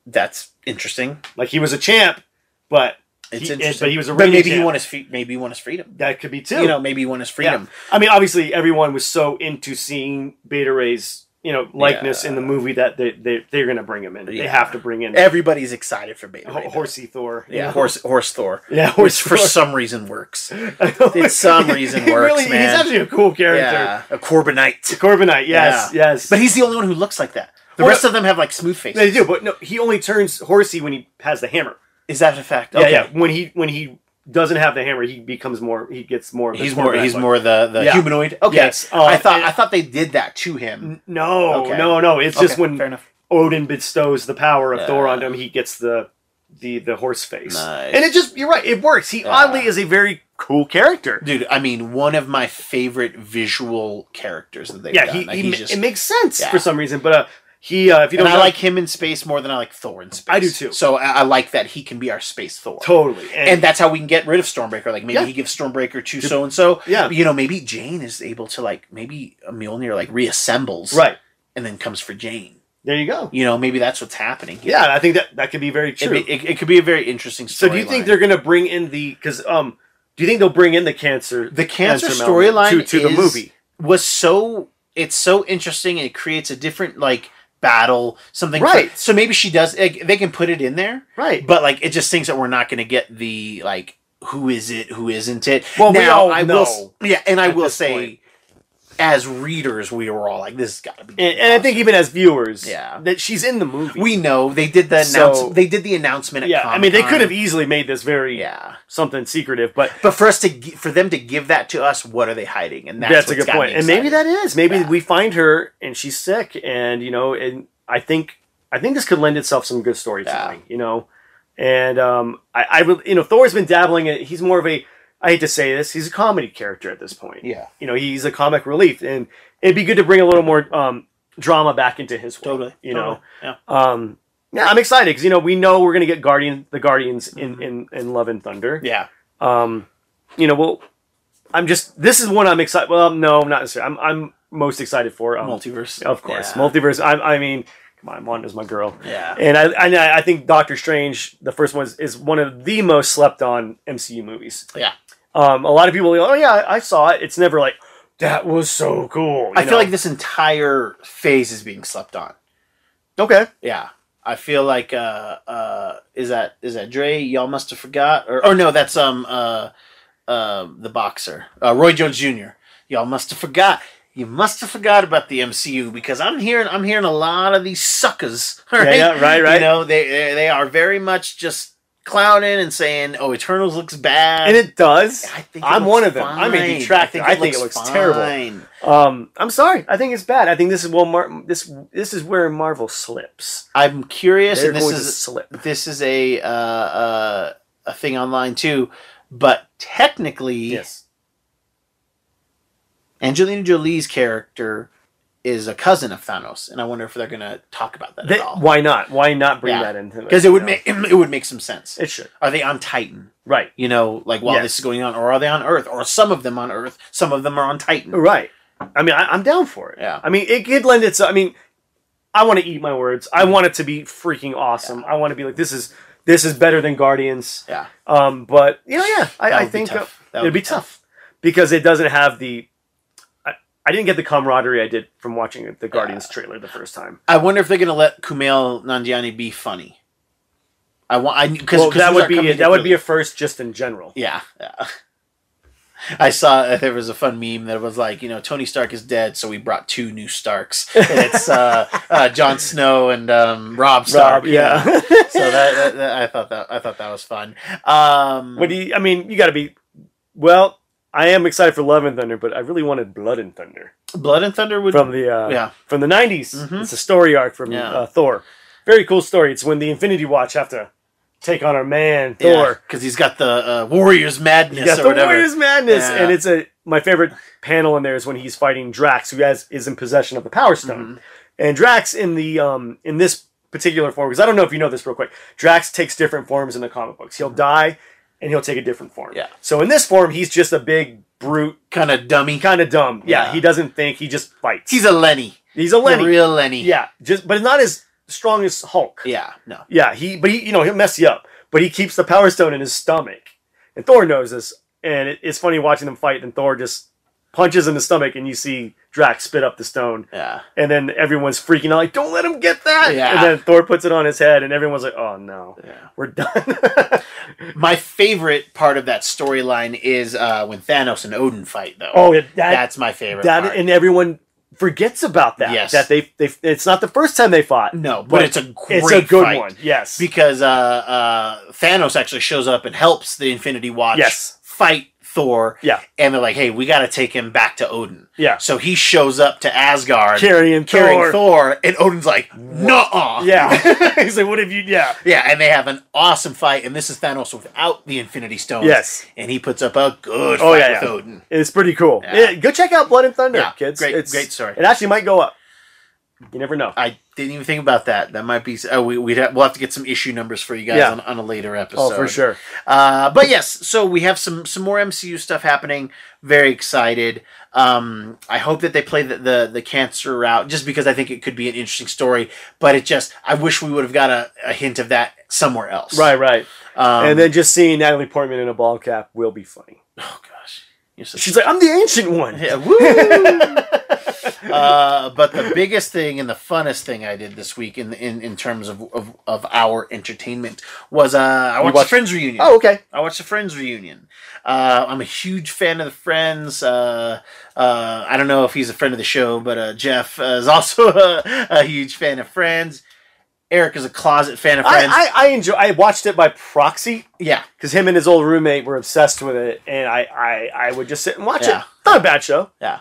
A: That's interesting.
B: Like he was a champ, but
A: It's
B: He-
A: interesting.
B: but he was a reigning
A: maybe he
B: champ.
A: won his fe- maybe he won his freedom.
B: that could be too.
A: You know, maybe he won his freedom.
B: I mean, obviously, everyone was so into seeing Beta Ray's you know likeness
A: Yeah.
B: in the movie that they they they're gonna bring him in. They
A: Yeah.
B: have to bring in
A: Everybody's excited for Beta Ray.
B: Ho- Horsey Thor. you
A: yeah,
B: know?
A: horse horse Thor.
B: Yeah,
A: Which
B: Horse
A: for
B: Thor.
A: some reason works.
B: For
A: some reason works,
B: really,
A: man.
B: He's actually a cool character.
A: Yeah, a Corbinite.
B: Corbinite, yes, yes.
A: But he's the only one who looks like that. The
B: Well,
A: rest of them have like smooth faces.
B: They do, but no, he only turns horsey when he has the hammer.
A: Is that a fact?
B: Yeah, yeah. When he when he doesn't have the hammer, he becomes more. He gets more. of the
A: He's
B: quarterback
A: more. He's
B: look.
A: more the, the
B: Yeah.
A: humanoid. Okay.
B: Yes, um,
A: I thought.
B: it-
A: I thought they did that to him.
B: N- No,
A: Okay.
B: no, no. It's just
A: Okay,
B: when
A: fair enough.
B: Odin bestows the power of
A: Yeah.
B: Thor on him, he gets the the the horse face.
A: Nice.
B: And it just you're right, it works. He
A: Yeah.
B: oddly is a very cool character.
A: Dude, I mean, one of my favorite visual characters that they've
B: yeah,
A: done.
B: he,
A: Like,
B: he
A: he's
B: ma-
A: just-
B: it makes sense
A: Yeah.
B: for some reason. But uh he uh if you
A: and
B: don't
A: I
B: know,
A: like him in space more than I like Thor in space.
B: I do too.
A: So I, I like that he can be our space Thor.
B: totally
A: And that's how we can get rid of Stormbreaker. Like maybe
B: Yeah.
A: he gives Stormbreaker to so and so.
B: Yeah.
A: You know, maybe Jane is able to like maybe Mjolnir like reassembles
B: right.
A: and then comes for Jane.
B: There you go.
A: You know, maybe that's what's happening. here.
B: Yeah, I think that that could be very
A: It,
B: true.
A: it, it could be a very interesting
B: so
A: story.
B: do you think they're gonna bring in the cause um do you think they'll bring in the cancer
A: the cancer
B: cancer element
A: storyline
B: to, to the
A: is-
B: movie?
A: was so it's so interesting and it creates a different like battle something
B: Right.
A: so maybe she does like, they can put it in there
B: Right.
A: but like it just thinks that we're not going to get the like who is it who isn't it
B: Well, we all
A: i will s-
B: know
A: yeah and i
B: at
A: will
B: this
A: say
B: point.
A: as readers we were all like this has got to be
B: And, and I think even as viewers,
A: Yeah.
B: that she's in the movie.
A: we know they did the announce
B: So-
A: they did the announcement at
B: yeah, I mean they e
A: Comic-Con.
B: could have easily made this very
A: yeah
B: something secretive, but
A: but for us to gi- for them to give that to us what are they hiding and that's,
B: that's, a
A: what's
B: good
A: got me
B: point. And maybe
A: excited.
B: that is. Maybe
A: Yeah.
B: we find her and she's sick, and you know, and I think I think this could lend itself some good storytelling. You know, and um, I, I would- you know, Thor's been dabbling. In, he's more of a I hate to say this, he's a comedy character at this point.
A: yeah
B: You know, he's a comic relief, and it'd be good to bring a little more um, drama back into his world.
A: totally
B: You know,
A: totally. yeah
B: um, yeah, I'm excited because you know we know we're gonna get Guardian the Guardians
A: Mm-hmm.
B: in, in in Love and Thunder.
A: yeah
B: Um, you know, well, I'm just this is one I'm excited. Well, no, I'm not necessarily. I'm I'm most excited for um,
A: multiverse
B: Of course,
A: Yeah.
B: multiverse. I I mean, come on, Wanda's my girl.
A: yeah
B: And I, and I I think Doctor Strange, the first one, is, is one of the most slept on MCU movies.
A: Yeah.
B: Um, a lot of people, go, oh yeah, I, I saw it. It's never like that was so cool. you
A: I feel
B: know?
A: like this entire phase is being slept on.
B: okay,
A: Yeah. I feel like uh uh is that is that Dre? Y'all must have forgot or or no, that's um uh uh the boxer. Uh Roy Jones Jr. Y'all must have forgot. You must have forgot about the MCU because I'm hearing I'm hearing a lot of these suckers. Right?
B: yeah, right,
A: You
B: right.
A: know, they they- they are very much just clowning and saying, "Oh, Eternals looks bad."
B: and it does.
A: I think
B: I'm
A: looks
B: one of them. I'm a
A: fine.
B: detractor. I think it looks terrible.
A: fine.
B: Um, I'm sorry. I think it's bad. I think this is well, Mar- this this is where Marvel slips.
A: I'm curious,
B: They're
A: and this
B: going to
A: is
B: slip.
A: this is a uh, uh, a thing online too, but technically,
B: Yes.
A: Angelina Jolie's character is a cousin of Thanos, and I wonder if they're gonna talk about that
B: They-
A: at all
B: why not? Why not bring
A: Yeah.
B: that into it?
A: because it
B: you
A: would
B: know?
A: make it would make some sense.
B: it should
A: Are they on Titan?
B: right,
A: You know, like while
B: Yes.
A: this is going on, or are they on Earth? Or some of them on Earth, some of them are on Titan.
B: right. I mean, I, I'm down for it.
A: Yeah.
B: I mean, it could lend itself. I mean, I want to eat my words. I
A: Mm-hmm.
B: want it to be freaking awesome. I want to be like this is this is better than Guardians.
A: Yeah,
B: Um, but you know, yeah, I,
A: That
B: I
A: would be
B: think uh,
A: tough. That would
B: it'd
A: be
B: be
A: tough.
B: tough. because it doesn't have the. I, I didn't get the camaraderie I did from watching the Guardians trailer the first time.
A: I wonder if they're gonna let Kumail Nanjiani be funny. I want I because
B: well, that would be that would be a first just in general.
A: Yeah. yeah. I saw uh, there was a fun meme that was like, you know, Tony Stark is dead, so we brought two new Starks. And it's uh, uh, Jon Snow and um, Rob Stark.
B: Rob, yeah.
A: so that, that, that- I thought that I thought that was fun. Um,
B: what do you? I mean, you got to be. Well, I am excited for Love and Thunder, but I really wanted Blood and Thunder
A: Blood and Thunder would
B: from the uh,
A: yeah.
B: from the 90s
A: Mhm.
B: It's a story arc from
A: Yeah.
B: uh, Thor. Very cool story. It's when the Infinity Watch have to take on our man Thor.
A: because he's got the uh, Warriors madness
B: He got
A: or
B: the
A: whatever.
B: Warriors Madness,
A: Yeah.
B: and it's a my favorite panel in there is when he's fighting Drax, who has is in possession of the Power Stone.
A: Mm-hmm.
B: And Drax in the um in this particular form, because I don't know if you know this real quick, Drax takes different forms in the comic books. He'll die and he'll take a different form.
A: Yeah.
B: So in this form, he's just a big brute,
A: Kind of dummy.
B: kind of dumb. Yeah.
A: Yeah.
B: He doesn't think. He just fights.
A: He's a Lenny.
B: he's a Lenny.
A: A real Lenny.
B: yeah. Just but not as strong as Hulk.
A: Yeah. No.
B: Yeah, he but he you know he'll mess you up, but he keeps the power stone in his stomach, and Thor knows this, and it, it's funny watching them fight, and Thor just punches in the stomach, and you see Drax spit up the stone,
A: Yeah.
B: and then everyone's freaking out like, "Don't let him get that!"
A: Yeah.
B: And then Thor puts it on his head, and everyone's like, "Oh no,
A: Yeah.
B: we're done."
A: My favorite part of that storyline is uh, when Thanos and Odin fight, though.
B: oh, yeah, that
A: that's my favorite.
B: that
A: part.
B: and everyone forgets about that.
A: Yes.
B: That they they it's not the first time they fought.
A: No, but,
B: But
A: it's a great
B: it's a good
A: fight.
B: one. Yes.
A: because uh, uh, Thanos actually shows up and helps the Infinity Watch
B: Yes.
A: fight Thor.
B: Yeah.
A: and they're like, "Hey, we got to take him back to Odin."
B: yeah.
A: So he shows up to Asgard
B: Carrying
A: carrying
B: Thor.
A: Thor, and Odin's like, "Nuh-uh."
B: Yeah. He's like, what have you? Yeah.
A: yeah, and they have an awesome fight, and this is Thanos without the Infinity Stones.
B: Yes.
A: and he puts up a good
B: Oh,
A: fight
B: yeah,
A: with
B: yeah.
A: Odin.
B: It's pretty cool.
A: Yeah.
B: Yeah, go check out Blood and Thunder,
A: Yeah,
B: kids.
A: great-
B: It's-
A: great story.
B: It actually might go up. You never know.
A: I didn't even think about that. That might be. Oh, we, we'd have, we'll have to get some issue numbers for you guys
B: Yeah.
A: on, on a later episode.
B: Oh, for sure.
A: Uh, but yes, so we have some some more MCU stuff happening. Very excited. Um, I hope that they play the, the the cancer route, just because I think it could be an interesting story. But it just, I wish we would have got a, a hint of that somewhere else.
B: Right, right.
A: Um,
B: and then just seeing Natalie Portman in a ball cap will be funny.
A: oh gosh, you're so
B: She's like, I'm the ancient one.
A: Yeah, woo! uh, but the biggest thing and the funnest thing I did this week in in, in terms of, of, of our entertainment was uh, I watched, the
B: watched-
A: Friends reunion.
B: Oh, okay.
A: I watched the Friends reunion. Uh, I'm a huge fan of the Friends. Uh, uh, I don't know if he's a friend of the show, but uh, Jeff uh, is also a, a huge fan of Friends. Eric is a closet fan of Friends.
B: I, I, I enjoy. I watched it by proxy
A: yeah,
B: because him and his old roommate were obsessed with it, and I, I, I would just sit and watch
A: Yeah.
B: it. Not a bad show.
A: Uh,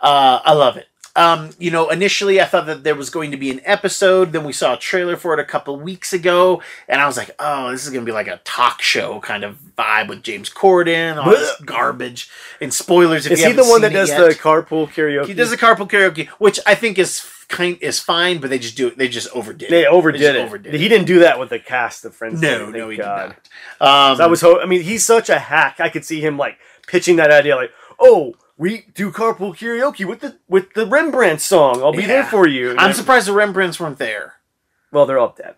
A: I love it. Um, you know, initially I thought that there was going to be an episode. Then we saw a trailer for it a couple weeks ago, and I was like, "Oh, this is going to be like a talk show kind of vibe with James Corden, all this garbage and spoilers." If
B: Is
A: you
B: he the
A: haven't
B: one
A: seen
B: that
A: it
B: does
A: yet.
B: the carpool karaoke?
A: He does the carpool karaoke, which I think is f- kind is fine, but they just do it. They just overdid.
B: They
A: it.
B: overdid
A: just
B: it.
A: overdid
B: He didn't do that with the cast of Friends. did,
A: No,
B: thank
A: no, he
B: God.
A: did not. Um,
B: I was. Ho- I mean, he's such a hack. I could see him like pitching that idea, like, "Oh, we do carpool karaoke with the with the Rembrandt song. I'll be there
A: Yeah.
B: for you." And
A: I'm
B: I-
A: surprised the Rembrandts weren't there.
B: well, they're all dead.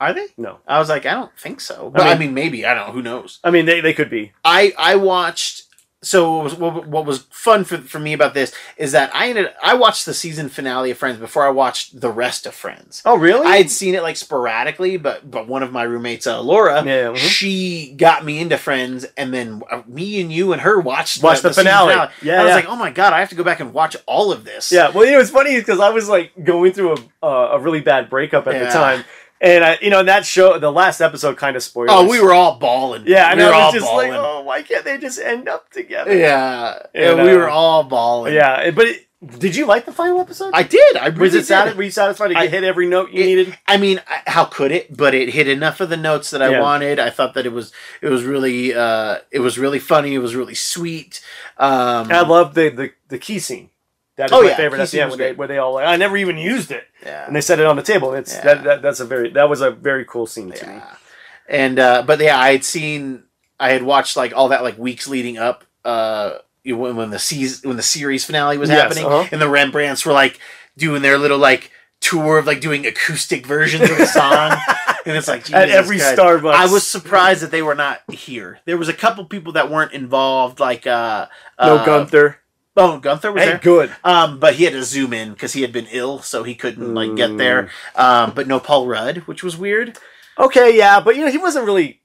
A: Are they?
B: No,
A: I was like, I don't think so. But I mean,
B: mean-
A: maybe I don't. know. Who knows?
B: I mean they, they could be.
A: I I watched. So what was, what, what was fun for, for me about this is that I ended I watched the season finale of Friends before I watched the rest of Friends.
B: Oh, really?
A: I had seen it like sporadically, but but one of my roommates, uh, Laura,
B: Yeah, mhm.
A: she got me into Friends, and then uh, me and you and her watched
B: Watched the
A: season
B: finale. Yeah,
A: I was
B: yeah.
A: like, oh my god, I have to go back and watch all of this.
B: Yeah, well, you know, it's funny because I was like going through a, uh, a really bad breakup at
A: Yeah.
B: the time, and I, you know, that show, the last episode, kind of spoiled.
A: Oh, we were all balling.
B: Yeah, and
A: we
B: I
A: were all
B: was just
A: balling.
B: like, oh, why can't they just end up together?
A: yeah,
B: And,
A: yeah, we
B: uh,
A: were all balling.
B: yeah. it- But it, did you like the final episode?
A: I did. I really
B: was
A: did.
B: it sati- were you satisfied? Did
A: I-
B: you hit every note you
A: it-
B: needed?
A: I mean, I, how could it? But it hit enough of the notes that I
B: Yeah.
A: wanted. I thought that it was it was really uh, it was really funny. It was really sweet. Um,
B: I love the, the the key scene. That is
A: Oh,
B: my
A: yeah, key
B: favorite. That's the
A: scene
B: end
A: was
B: where they,
A: great.
B: where they all like, I never even used it,
A: yeah.
B: and they set it on the table. It's
A: Yeah.
B: that, that that's a very that was a very cool scene to me.
A: Yeah. And uh, but yeah, I had seen, I had watched like all that like weeks leading up. Uh, you- when, when the season, when the series finale was
B: Yes,
A: happening,
B: uh-huh.
A: and the Rembrandts were like doing their little like tour of like doing acoustic versions of the song, and it's like
B: At
A: Jesus
B: every
A: Christ.
B: Starbucks,
A: I was surprised that they were not here. There was a couple people that weren't involved, like uh,
B: no
A: uh,
B: Gunther.
A: Oh, Gunther was
B: Hey,
A: there.
B: good.
A: Um, but he had to zoom in because he had been ill, so he couldn't like get there.
B: Mm.
A: Um, but no Paul Rudd, which was weird.
B: Okay, yeah, but you know he wasn't really.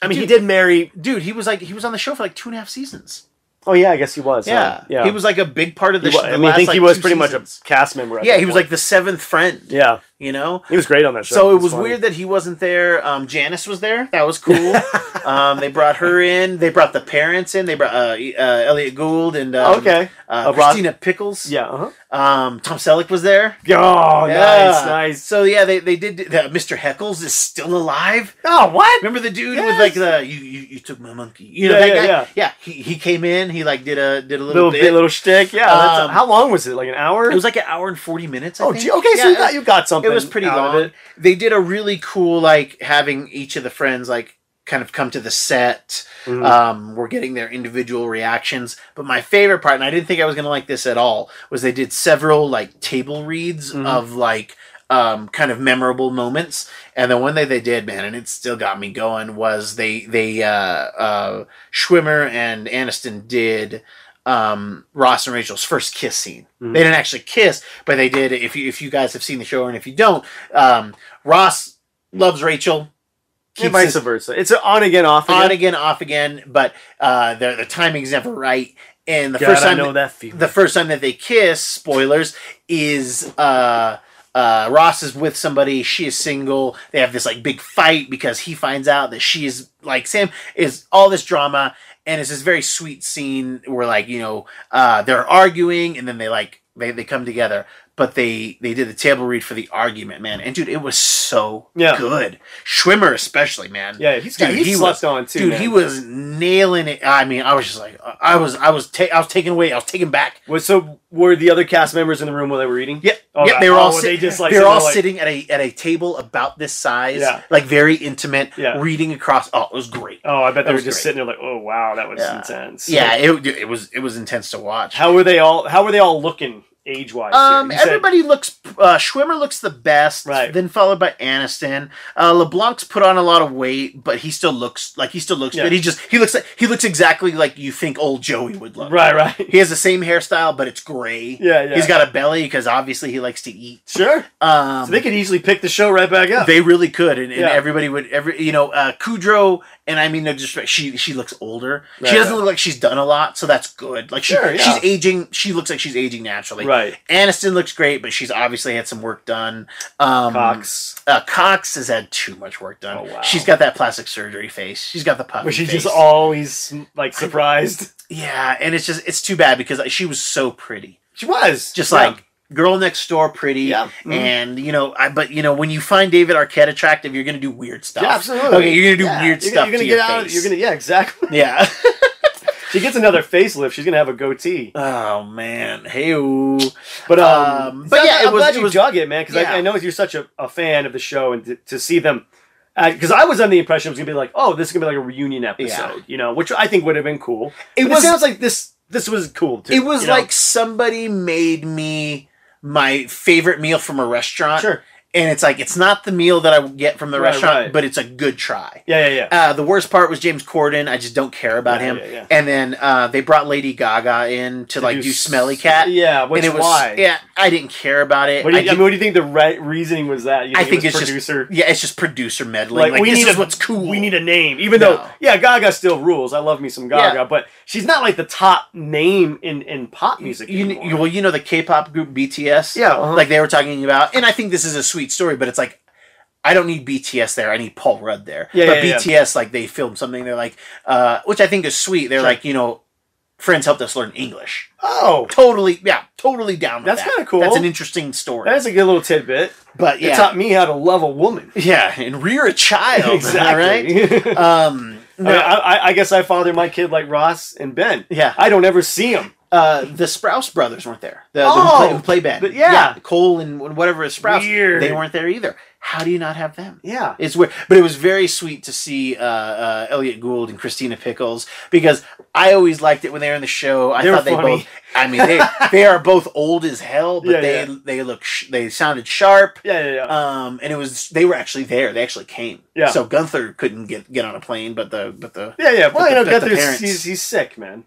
B: I mean, he
A: Dude.
B: did marry.
A: Dude, he was like he was on the show for like two and a half seasons.
B: Oh yeah, I guess he was. huh?
A: yeah,
B: yeah.
A: He was like a big part of the.
B: He wa-
A: show.
B: I mean, I think he was pretty much a cast member. at
A: yeah,
B: that
A: he was
B: point.
A: like the seventh friend.
B: Yeah,
A: You know.
B: he was great on that show.
A: So it
B: It's
A: was
B: funny.
A: weird that he wasn't there. Um, Janice was there. That was cool. um, they brought her in. They brought the parents in. They brought uh, e- uh, Elliot Gould and um,
B: okay.
A: uh,
B: Uh, Rob-
A: Christina Pickles.
B: Yeah. Uh-huh.
A: Um, Tom Selleck was there.
B: Oh,
A: Yeah.
B: nice, nice.
A: So yeah, they they did. The, Mr. Heckles is still alive.
B: Oh, what?
A: Remember the dude with
B: Yes.
A: like the you, you you took my monkey. You know
B: Yeah,
A: that
B: yeah,
A: guy.
B: yeah.
A: he he came in. He like did a did a little,
B: Little
A: bit.
B: bit, little shtick. Yeah. that's-
A: Um,
B: how long was it? Like an hour?
A: It was like an hour and forty minutes. I
B: oh,
A: think.
B: gee, okay. so
A: Yeah,
B: you got you got
A: it
B: something.
A: was pretty
B: out of
A: long.
B: it.
A: They did a really cool like having each of the friends like kind of come to the set.
B: Mhm.
A: Um, we're getting their individual reactions. But my favorite part, and I didn't think I was gonna like this at all, was they did several like table reads
B: Mhm.
A: of like um, kind of memorable moments. And the one that they did, man, and it still got me going, was they they uh, uh, Schwimmer and Aniston did um, Ross and Rachel's first kiss scene.
B: Mhm.
A: They didn't actually kiss, but they did. If you if you guys have seen the show, and if you don't, um, Ross loves Rachel.
B: And
A: Keeps
B: vice
A: his
B: versa. It's an on again, off again.
A: on again, off again, but uh, the the timing's never right. And the
B: God,
A: first
B: I
A: time
B: know that feeling.
A: the first time that they kiss, spoilers, is uh uh Ross is with somebody, she is single, they have this like big fight because he finds out that she is like Sam is all this drama and it's this very sweet scene where like, you know, uh they're arguing and then they like they, they come together. But they they did the table read for the argument, man. And dude, it was so
B: Yeah.
A: good. Schwimmer especially, man.
B: yeah, he's got
A: Dude,
B: he,
A: he
B: slept
A: was-
B: on too.
A: Dude,
B: man.
A: he was nailing it. I mean, I was just like, I was, I was, ta- I was taken away. I was taken back.
B: Was so were the other cast members in the room while they were eating?
A: Yep.
B: Oh,
A: yep.
B: God.
A: They were
B: Oh,
A: all.
B: were
A: sit-
B: they just, like,
A: they were all
B: sitting there, like-
A: sitting at a at a table about this size,
B: Yeah.
A: like very intimate,
B: Yeah.
A: reading across. Oh, it was great.
B: Oh, I bet
A: That
B: they were
A: was
B: just
A: great.
B: sitting there like, oh wow, that was
A: Yeah.
B: intense.
A: yeah, it, it was it was intense to watch.
B: How were they all? How were they all looking age wise?
A: um, everybody looks. Uh, Schwimmer looks the best,
B: Right.
A: then followed by Aniston. Uh, LeBlanc's put on a lot of weight, but he still looks like he still looks
B: Yeah.
A: good. He just he looks like he looks exactly like you think old Joey would look.
B: Right, right.
A: He has the same hairstyle, but it's gray.
B: Yeah, yeah.
A: He's got a belly because obviously he likes to eat.
B: sure.
A: Um,
B: So they could easily pick the show right back up.
A: They really could, and, and
B: Yeah.
A: everybody would. Every you know, uh, Kudrow, and I mean no disrespect. She she looks older.
B: Right,
A: she doesn't
B: right.
A: look like she's done a lot, so that's good. Like she,
B: Sure, yeah.
A: she's aging. She looks like she's aging naturally.
B: right.
A: Aniston looks great, but she's obviously had some work done. Um,
B: Cox.
A: uh, Cox has had too much work done.
B: Oh, wow.
A: She's got that plastic surgery face. She's got the puppy.
B: Was she
A: face.
B: just always like surprised?
A: yeah, and it's just it's too bad because like, she was so pretty,
B: She was
A: just
B: Yeah.
A: like girl next door pretty.
B: Yeah. Mhm.
A: And you know, I but you know when you find David Arquette attractive, you're gonna do weird stuff.
B: Yeah, absolutely.
A: Okay, you're gonna do
B: Yeah.
A: weird
B: You're
A: stuff.
B: gonna- You're gonna
A: to
B: get
A: your
B: out.
A: face.
B: You're gonna yeah, exactly.
A: Yeah.
B: She gets another facelift. She's gonna have a goatee.
A: oh man. Hey.
B: But um,
A: Um, but
B: so I'm
A: yeah,
B: glad-
A: it
B: I'm
A: was-
B: glad
A: it
B: you
A: was-
B: dug it, man, because
A: yeah.
B: I, I know you're such a, a fan of the show, and to, to see them, because I was under the impression it was gonna be like, oh, this is gonna be like a reunion episode, you know, which I think would have been cool. But It,
A: was-
B: sounds like this. This was cool too.
A: It was
B: you know?
A: like somebody made me my favorite meal from a restaurant.
B: sure,
A: And it's like it's not the meal that I would get from the
B: Right,
A: restaurant,
B: right.
A: but it's a good try.
B: yeah, yeah, yeah.
A: Uh, the worst part was James Corden. I just don't care about
B: Yeah,
A: him.
B: yeah, yeah.
A: And then uh, they brought Lady Gaga in to, like
B: You
A: do
B: s-
A: Smelly Cat.
B: Yeah, which
A: and it was
B: why?
A: yeah, I didn't care about it.
B: What do you,
A: I
B: I, mean,
A: did-
B: what do you think the right reasoning was? That you
A: I think
B: it was
A: it's just-
B: producer.
A: yeah, it's just producer meddling. Like, this is
B: a-
A: what's cool.
B: We need a name, even
A: No.
B: though yeah, Gaga still rules. I love me some Gaga,
A: Yeah.
B: but she's not like the top name in in pop music.
A: You,
B: anymore.
A: you, well, you know the K-pop group BTS.
B: Yeah, uh-huh.
A: like they were talking about, and I think this is a sweet story, but it's like. I don't need BTS there. I need Paul Rudd there.
B: Yeah,
A: but
B: yeah, yeah.
A: BTS, like they filmed something. They're like, uh, which I think is sweet. They're
B: Sure.
A: like, you know, friends helped us learn English.
B: oh,
A: Totally, yeah, totally down. With
B: That's
A: that.
B: kinda cool.
A: That's an interesting story.
B: that's a good little tidbit.
A: but
B: It
A: yeah,
B: taught me how to love a woman.
A: yeah, and rear a child. All right.
B: Exactly.
A: Um,
B: I,
A: no,
B: mean, I, I- I guess I father my kid like Ross and Ben.
A: yeah.
B: I don't ever see him.
A: uh, the Sprouse brothers weren't there. The, the
B: Oh!
A: who play, who play band.
B: But yeah.
A: Cole and whatever is Sprouse.
B: Weird.
A: They weren't there either. How do you not have them?
B: Yeah.
A: It's weird, but it was very sweet to see uh, uh, Elliot Gould and Christina Pickles because I always liked it when they were in the show. I
B: They were
A: thought they
B: funny.
A: both. I mean, they they are both old as hell, but
B: Yeah,
A: they
B: yeah.
A: they look sh- they sounded sharp.
B: Yeah, yeah, yeah.
A: Um, and it was they were actually there. They actually came.
B: Yeah.
A: So Gunther couldn't get get on a plane, but the but the
B: yeah, yeah.
A: but
B: Well, you
A: the- but
B: know,
A: the
B: Gunther's
A: parents-
B: he's, he's sick, man.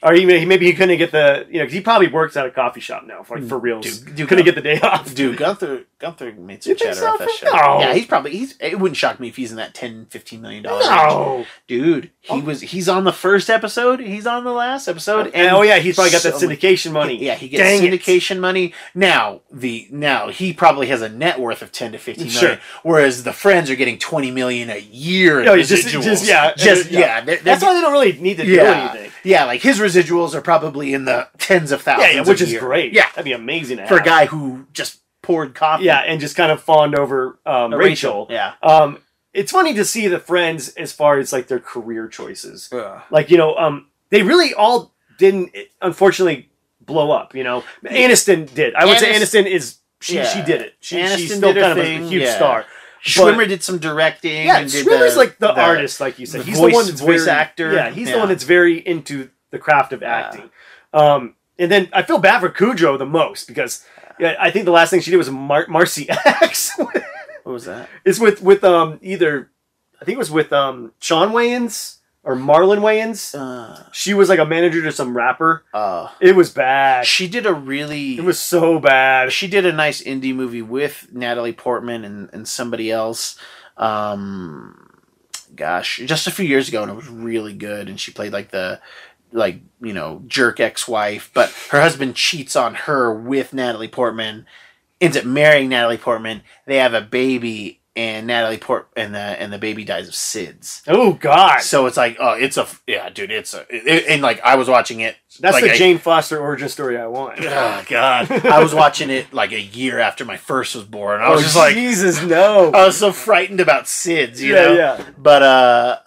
B: Or he, may- maybe he couldn't get the you know 'cause he probably works at a coffee shop now, like for reals.
A: Mm, Dude, dude,
B: couldn't get the day off.
A: Dude, Gunther Gunther made some
B: You think
A: cheddar
B: so?
A: off that show.
B: No.
A: Yeah, he's probably he's it wouldn't shock me if he's in that 10 15 million dollars.
B: No. Oh.
A: Dude, he was he's on the first episode, he's on the last episode
B: And, oh yeah, he's probably got that
A: so-
B: syndication money.
A: Yeah, he gets
B: Dang it.
A: syndication money. Now, the now he probably has a net worth of 10 to 15 million
B: Sure.
A: whereas the friends are getting 20 million a year in
B: No, it's just-
A: residuals.
B: just- yeah,
A: Just
B: yeah.
A: yeah. they're- they're-
B: That's why they don't really need to do
A: yeah.
B: anything.
A: Yeah, like his residuals are probably in the tens of
B: Yeah,
A: thousands
B: yeah, which
A: a
B: is
A: year.
B: great.
A: Yeah.
B: that'd be amazing to
A: For a
B: have.
A: guy who just poured coffee.
B: Yeah, and just kind of fawned over um, Rachel.
A: Uh, Yeah.
B: Um, it's funny to see the friends as far as like their career choices.
A: Ugh.
B: Like you know, um, they really all didn't unfortunately blow up. You know, Aniston did. I would say
A: Aniston-
B: Aniston is she
A: Yeah.
B: she did it. She, she's
A: Aniston
B: still
A: did her
B: kind of a
A: thing,
B: huge
A: yeah.
B: star.
A: Schwimmer did some directing.
B: Yeah,
A: and did
B: Schwimmer's
A: the-
B: like the, artist, like you said.
A: the
B: he's
A: voice-
B: the one that's
A: voice
B: very-
A: actor.
B: Yeah, he's the
A: Yeah.
B: one that's very into the craft of acting. Um, and then I feel bad for Cujo the most because yeah, I think the last thing she did was Mar- Marcy X.
A: What was that?
B: It's with with um either I think it was with um Sean Wayans or Marlon Wayans.
A: Uh,
B: She was like a manager to some rapper.
A: oh.
B: It was bad.
A: she did a really.
B: It was so bad.
A: She did a nice indie movie with Natalie Portman and, and somebody else. Um, gosh, just a few years ago, and it was really good. And she played like the like you know jerk ex-wife but her husband cheats on her with natalie portman ends up marrying natalie portman they have a baby and natalie port and the and the baby dies of sids
B: Oh God,
A: so it's like oh it's a yeah dude it's a it, and like i was watching it
B: that's
A: like
B: the
A: a-
B: Jane Foster origin story I want.
A: oh god i was watching it like a year after my first was born i was
B: Oh,
A: just like
B: Jesus, no.
A: i was so frightened about sids you
B: yeah,
A: know
B: yeah.
A: But uh,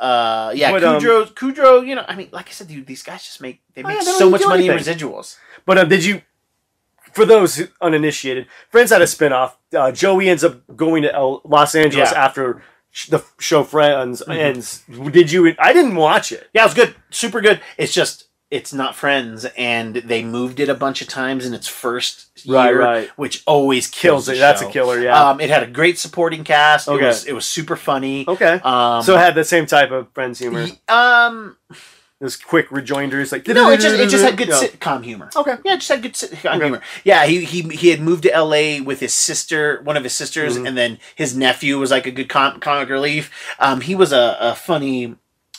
A: uh, yeah,
B: But, um,
A: Kudrow, Kudrow, you know, I mean, like I said, dude, these guys just make they
B: Oh,
A: make
B: yeah, they don't
A: so
B: even
A: much
B: do
A: money
B: anything.
A: in residuals.
B: But um, did you, for those who- uninitiated, Friends had a spinoff. Uh, Joey ends up going to El- Los Angeles
A: Yeah. Mm-hmm.
B: after sh- the f- show Friends ends. Did you? I didn't watch it.
A: Yeah, it was good, super good. It's just it's not Friends, and they moved it a bunch of times in its first year,
B: Right, right.
A: which always kills,
B: Kills
A: the
B: it. That's a
A: show.
B: killer. Yeah.
A: Um, it had a great supporting cast. It
B: Okay.
A: was it was super funny.
B: okay.
A: Um,
B: so it had the same type of Friends humor.
A: y- um,
B: Those quick rejoinders, like
A: no, it just it just had good
B: Yeah.
A: sitcom humor.
B: Okay.
A: Yeah, just had good sitcom
B: Okay.
A: humor. Yeah, he, he he had moved to L.A. with his sister, one of his sisters,
B: Mhm.
A: and then his nephew was like a good com- comic relief. Um, he was a, a funny,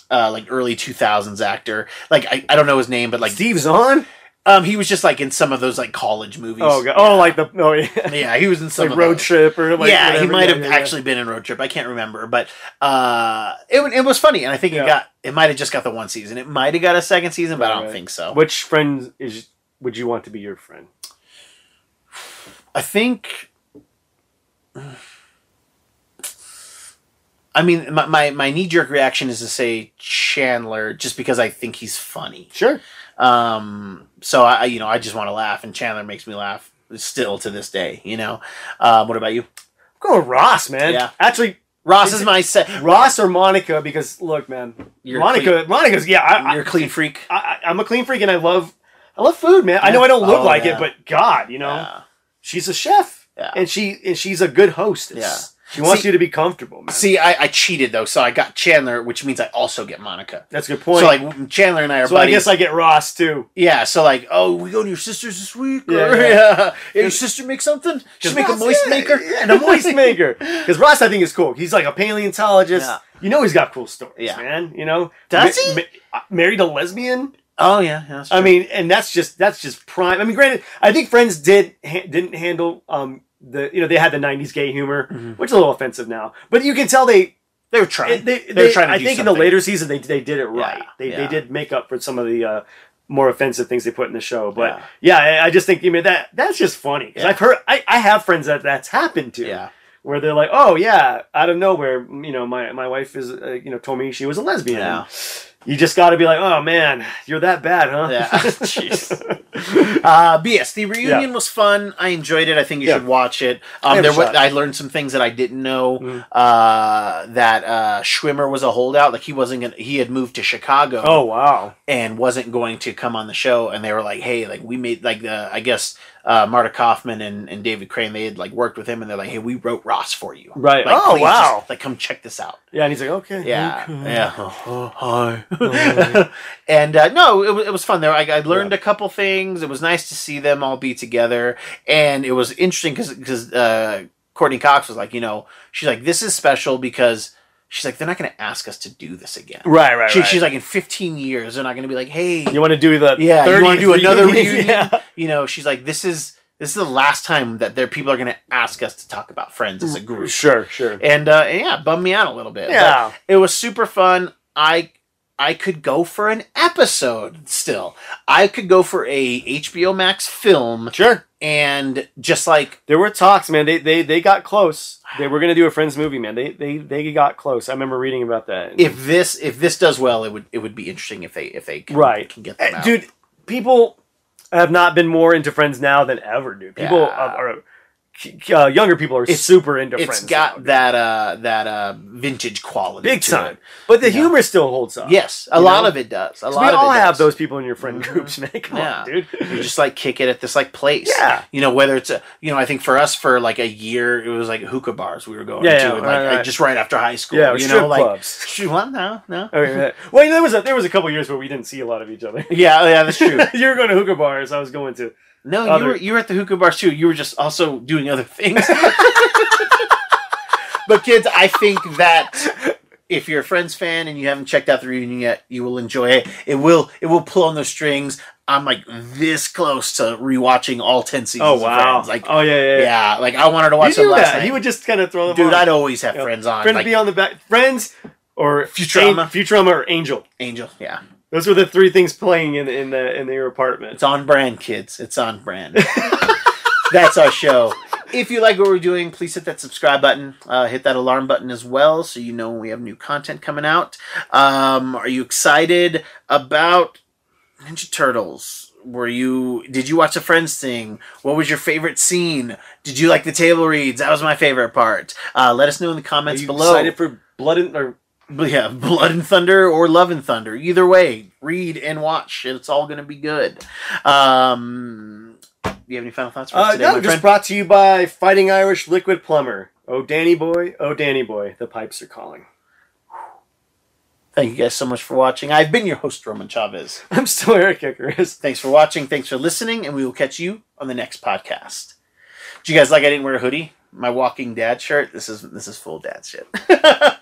A: uh, like early two thousands actor. Like I, I don't know his name, but like
B: Steve's on.
A: um, he was just like in some of those like college movies.
B: Oh, God. oh, like the oh, yeah.
A: yeah, he was in some
B: like
A: of
B: road
A: those.
B: trip or like
A: yeah, he
B: whatever.
A: might
B: Yeah,
A: have
B: yeah, yeah.
A: actually been in Road Trip. I can't remember, but uh, it wa- it was funny, and I think
B: Yeah.
A: it got it might have just got the one season. It might have got a second season, but I don't
B: Right.
A: think so.
B: Which friend is would you want to be your friend?
A: I think. I mean, my, my, my knee jerk reaction is to say Chandler just because I think he's funny.
B: Sure.
A: Um, so I, I- you know, I just want to laugh, and Chandler makes me laugh still to this day. You know, um, what about you?
B: Go with Ross, man.
A: Yeah.
B: Actually,
A: Ross
B: Is
A: is
B: it-
A: my set.
B: Ross or Monica because look, man,
A: You're a
B: Monica, Monica's yeah.
A: clean,
B: I,
A: you're a clean freak.
B: I, I, I'm a clean freak and I love, I love food, man. I know I don't look
A: Oh,
B: like
A: yeah.
B: it, but God, you know,
A: Yeah.
B: she's a chef
A: Yeah.
B: and she and she's a good hostess.
A: Yeah.
B: She wants
A: See-
B: you to be comfortable, man.
A: See, I, I cheated though, so I got Chandler, which means I also get Monica.
B: That's a good point.
A: So like Chandler and I are
B: So I
A: buddies.
B: guess I get Ross too.
A: Yeah, so like, oh, we go to your sister's this week.
B: Yeah,
A: or,
B: yeah.
A: yeah. Yeah, your sister make something. She
B: Just
A: make a moist maker
B: and a moist maker. Because Ross, I think, is cool. He's like a paleontologist.
A: Yeah.
B: You know, he's got cool stories,
A: Yeah.
B: man. You know, uh,
A: Does he?
B: married a lesbian.
A: Oh yeah, yeah, that's
B: I
A: true.
B: mean, and that's just that's just prime. I mean, granted, I think Friends did ha- didn't handle um the you know they had the '90s gay humor,
A: Mhm.
B: which is a little offensive now, but you can tell they
A: they were trying.
B: they,
A: They were
B: they-
A: trying to
B: I
A: do
B: think in the
A: something.
B: later season they they did it right.
A: Yeah,
B: they
A: yeah.
B: they did make up for some of the. uh more offensive things they put in the show, but
A: Yeah.
B: yeah, I, I just think you mean that that's just funny. 'Cause
A: Yeah.
B: I've heard I, I have friends that that's happened to,
A: yeah,
B: where they're like, oh yeah, out of nowhere, you know, my my wife is uh, you know told me she was a lesbian.
A: Yeah.
B: You just got to be like, oh man, you're that bad, huh?
A: Yeah. Jeez. uh, but yes, the reunion was fun. I enjoyed it. I think you
B: Yeah.
A: should watch it.
B: Give
A: Um,
B: it a
A: there, wa-
B: shot.
A: I learned some things that I didn't know.
B: Mhm.
A: Uh, that uh, Schwimmer was a holdout. Like he wasn't. Gonna, he had moved to Chicago.
B: Oh wow.
A: and wasn't going to come on the show and they were like hey like we made like the i guess uh, marta kaufman and, and david crane they had like worked with him and they're like hey we wrote ross for you
B: Right.
A: like,
B: Oh,
A: please
B: wow.
A: just, like come check this out
B: Yeah, and he's like, okay.
A: yeah
B: okay.
A: yeah hi and uh, no it, wa- it was fun there i, I learned a couple things it was nice to see them all be together and it was interesting because because uh, courtney cox was like you know she's like this is special because she's like they're not going to ask us to do this again
B: Right, right,
A: she,
B: right.
A: she's like in 15 years they're not going to be like hey
B: you want to do the
A: yeah, you
B: 30
A: want to do another
B: reunion?
A: reunion?
B: Yeah.
A: You know, she's like, this is this is the last time that their people are going to ask us to talk about friends as a group,
B: Sure, sure.
A: and uh, and yeah, it bummed me out a little bit.
B: Mm. Yeah.
A: but it was super fun. I I could go for an episode still. I could go for a HBO Max film,
B: Sure.
A: and just like
B: There were talks, man. They they they got close. They were gonna do a Friends movie, man. They they they got close. I remember reading about that.
A: if this if this does well, it would it would be interesting if they if they can,
B: Right.
A: can get them
B: Uh,
A: out.
B: dude people have not been more into friends now than ever dude people
A: Yeah.
B: are, are uh, younger people are
A: It's-
B: super into
A: It's
B: friends
A: got
B: now.
A: that uh that uh vintage quality,
B: big
A: to
B: time
A: it.
B: but the
A: Yeah.
B: humor still holds up
A: Yes, a
B: You
A: lot
B: know?
A: of it does. A
B: 'Cause
A: lot
B: we
A: of
B: all
A: it
B: have
A: does.
B: those people in your friend
A: Mhm.
B: groups man come
A: Yeah.
B: on dude
A: you just like kick it at this like place.
B: Yeah.
A: You know, whether it's a, you know, I think for us for like a year, it was like hookah bars we were going to,
B: Yeah, yeah,
A: and, like
B: right, right.
A: just right after high school.
B: yeah or
A: you
B: strip
A: know, like
B: clubs
A: she well, no, no.
B: Okay, right. well you know, there was a there was a couple years where we didn't see a lot of each other
A: Yeah, yeah, that's true.
B: you were going to hookah bars i was going to
A: No,
B: Other-
A: you were you were at the hookah bars too. You were just also doing other things. but kids, I think that if you're a Friends fan and you haven't checked out the reunion yet, you will enjoy it. It will it will pull on those strings. I'm like this close to rewatching all ten seasons.
B: Oh
A: of
B: wow!
A: Friends. like
B: oh yeah, yeah. yeah.
A: yeah, like I wanted to watch
B: you
A: it
B: do
A: last
B: that.
A: night.
B: He would just kind of throw them.
A: Dude,
B: on.
A: I'd always have
B: You know,
A: friends on,
B: Friends
A: like
B: be on the back. Friends or
A: Futurama.
B: An- Futurama or Angel.
A: Angel. Yeah,
B: Those were the three things playing in in the in their apartment.
A: it's on brand, kids. It's on brand. That's our show. If you like what we're doing, please hit that subscribe button. Uh, hit that alarm button as well, so you know when we have new content coming out. Um, are you excited about Ninja Turtles? Were you? Did you watch the Friends thing? What was your favorite scene? Did you like the table reads? That was my favorite part. Uh, let us know in the
B: Are
A: comments
B: you
A: below.
B: excited for Blood and or
A: But yeah, Blood and Thunder or Love and Thunder. Either way, read and watch. It's all going to be good. Um, do you have any final thoughts for us
B: Uh,
A: today,
B: no,
A: my
B: just
A: friend?
B: brought to you by Fighting Irish Liquid Plumber. Oh, Danny boy, oh, Danny boy, the pipes are calling.
A: Thank you guys so much for watching. I've been your host, Roman Chavez.
B: I'm still Eric Icarus.
A: Thanks for watching. Thanks for listening. And we will catch you on the next podcast. Do you guys like I didn't wear a hoodie? My walking dad shirt. This is this is full dad shit.